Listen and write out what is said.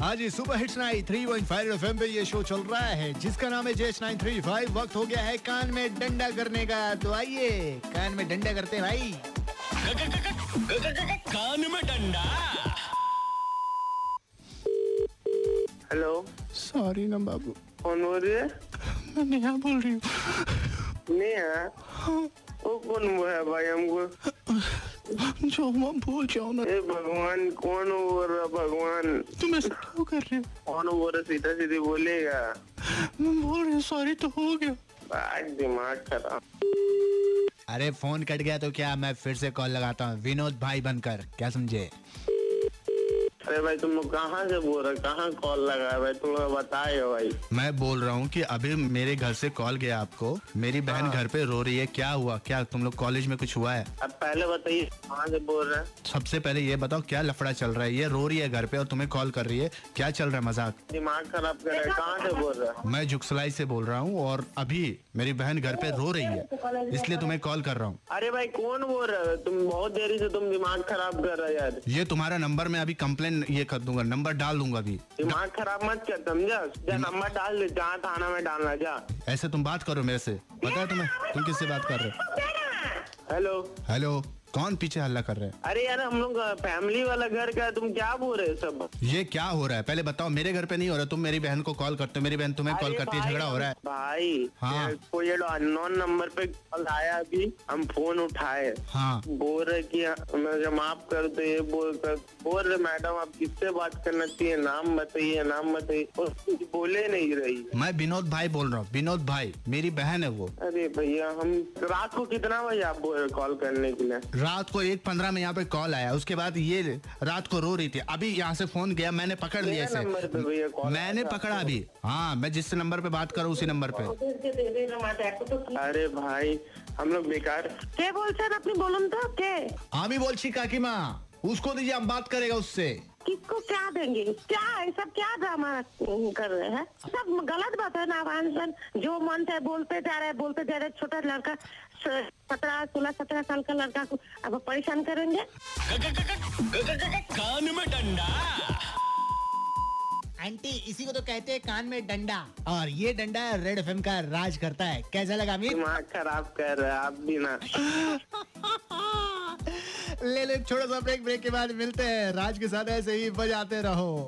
हाँ जी super hits night three one five F पे ये शो चल रहा है जिसका नाम है जेस नाइन थ्री फाइव वक्त हो गया है कान में डंडा करने का तो आइए कान में डंडा करते हैं भाई कान में डंडा हेलो सॉरी ना बाबू कौन बोल रही है मैं नेहा बोल रही हूँ हाँ। नेहा वो कौन वो है भाई हमको जो हुआ बोल जाओ ना ए भगवान कौन बोल रहा भगवान तुम ऐसा क्यों कर रहे हो कौन बोल रहा सीधा सीधे बोलेगा मैं बोल रही हूँ सॉरी तो हो गया आज दिमाग खराब अरे फोन कट गया तो क्या मैं फिर से कॉल लगाता हूँ विनोद भाई बनकर क्या समझे अरे भाई तुम लोग कहाँ से बोल रहे हो? कहाँ कॉल लगा है भाई थोड़ा बताए भाई मैं बोल रहा हूँ कि अभी मेरे घर से कॉल गया आपको मेरी हाँ। बहन घर पे रो रही है क्या हुआ क्या तुम लोग कॉलेज में कुछ हुआ है अब पहले बताइए कहाँ से बोल रहे हैं सबसे पहले ये बताओ क्या लफड़ा चल रहा है ये रो रही है घर पे और तुम्हें कॉल कर रही है क्या चल रहा है मजाक दिमाग खराब कर रहे हैं कहाँ से बोल रहे हैं मैं जुगसलाई से बोल रहा हूँ और अभी मेरी बहन घर पे रो रही है इसलिए तुम्हें कॉल कर रहा हूँ अरे भाई कौन बोल रहा है तुम बहुत देरी से तुम दिमाग खराब कर रहे हो यार ये तुम्हारा नंबर मैं अभी कंप्लेन ये कर दूंगा नंबर डाल दूंगा अभी दिमाग खराब मत कर समझा जा हम्म। नंबर डाल दे जहाँ थाना में डालना जा ऐसे तुम बात करो मेरे से पता है तुम्हें तुम किससे बात कर रहे हो हेलो हेलो कौन पीछे हल्ला कर रहे हैं अरे यार हम लोग फैमिली वाला घर का है, तुम क्या बोल रहे हो सब ये क्या हो रहा है पहले बताओ मेरे घर पे नहीं हो रहा तुम मेरी बहन को कॉल करते हो मेरी बहन तुम्हें कॉल अरे करती है भाई, झगड़ा हो रहा है भाई हाँ। कोई ये अननोन नंबर पे कॉल आया अभी हम फोन उठाए हाँ बोल रहे कि मैं जब माफ कर दो ये बोल कर बोल रहे मैडम आप किससे बात करना चाहिए नाम बताइए नाम बताइए और कुछ बोले नहीं रही मैं विनोद भाई बोल रहा हूँ विनोद भाई मेरी बहन है वो अरे भैया हम रात को कितना बजे आप बोल रहे कॉल करने के लिए रात को एक पंद्रह में यहाँ पे कॉल आया उसके बाद ये रात को रो रही थी अभी यहाँ से फोन गया मैंने पकड़ लिया मेरे इसे नंबर पे भैया कॉल मैंने आया था पकड़ा अभी हाँ मैं जिस नंबर पे बात करूँ उसी नंबर पे আরে ভাই আমরা বেকার কে বলছেন আপনি বলুন তো কে आमी बोल छी काकी माँ उसको दीजिए हम बात करेगा उससे किसको क्या देंगे क्या ये सब क्या ड्रामा कर रहे हैं सब गलत बात है ना आंसन जो मन है बोलते जा रहे हैं बोलते जा रहे हैं छोटा लड़का सत्रह सोलह सत्रह साल का लड़का को अब परेशान करेंगे कान में डंडा आंटी इसी को तो कहते हैं कान में डंडा और ये डंडा रेड एफ का राज करता है कैसा लगा अमित दिमाग खराब कर रहे हैं आप भी ना ले ले छोड़ो सा ब्रेक ब्रेक के बाद मिलते हैं राज के साथ ऐसे ही बजाते रहो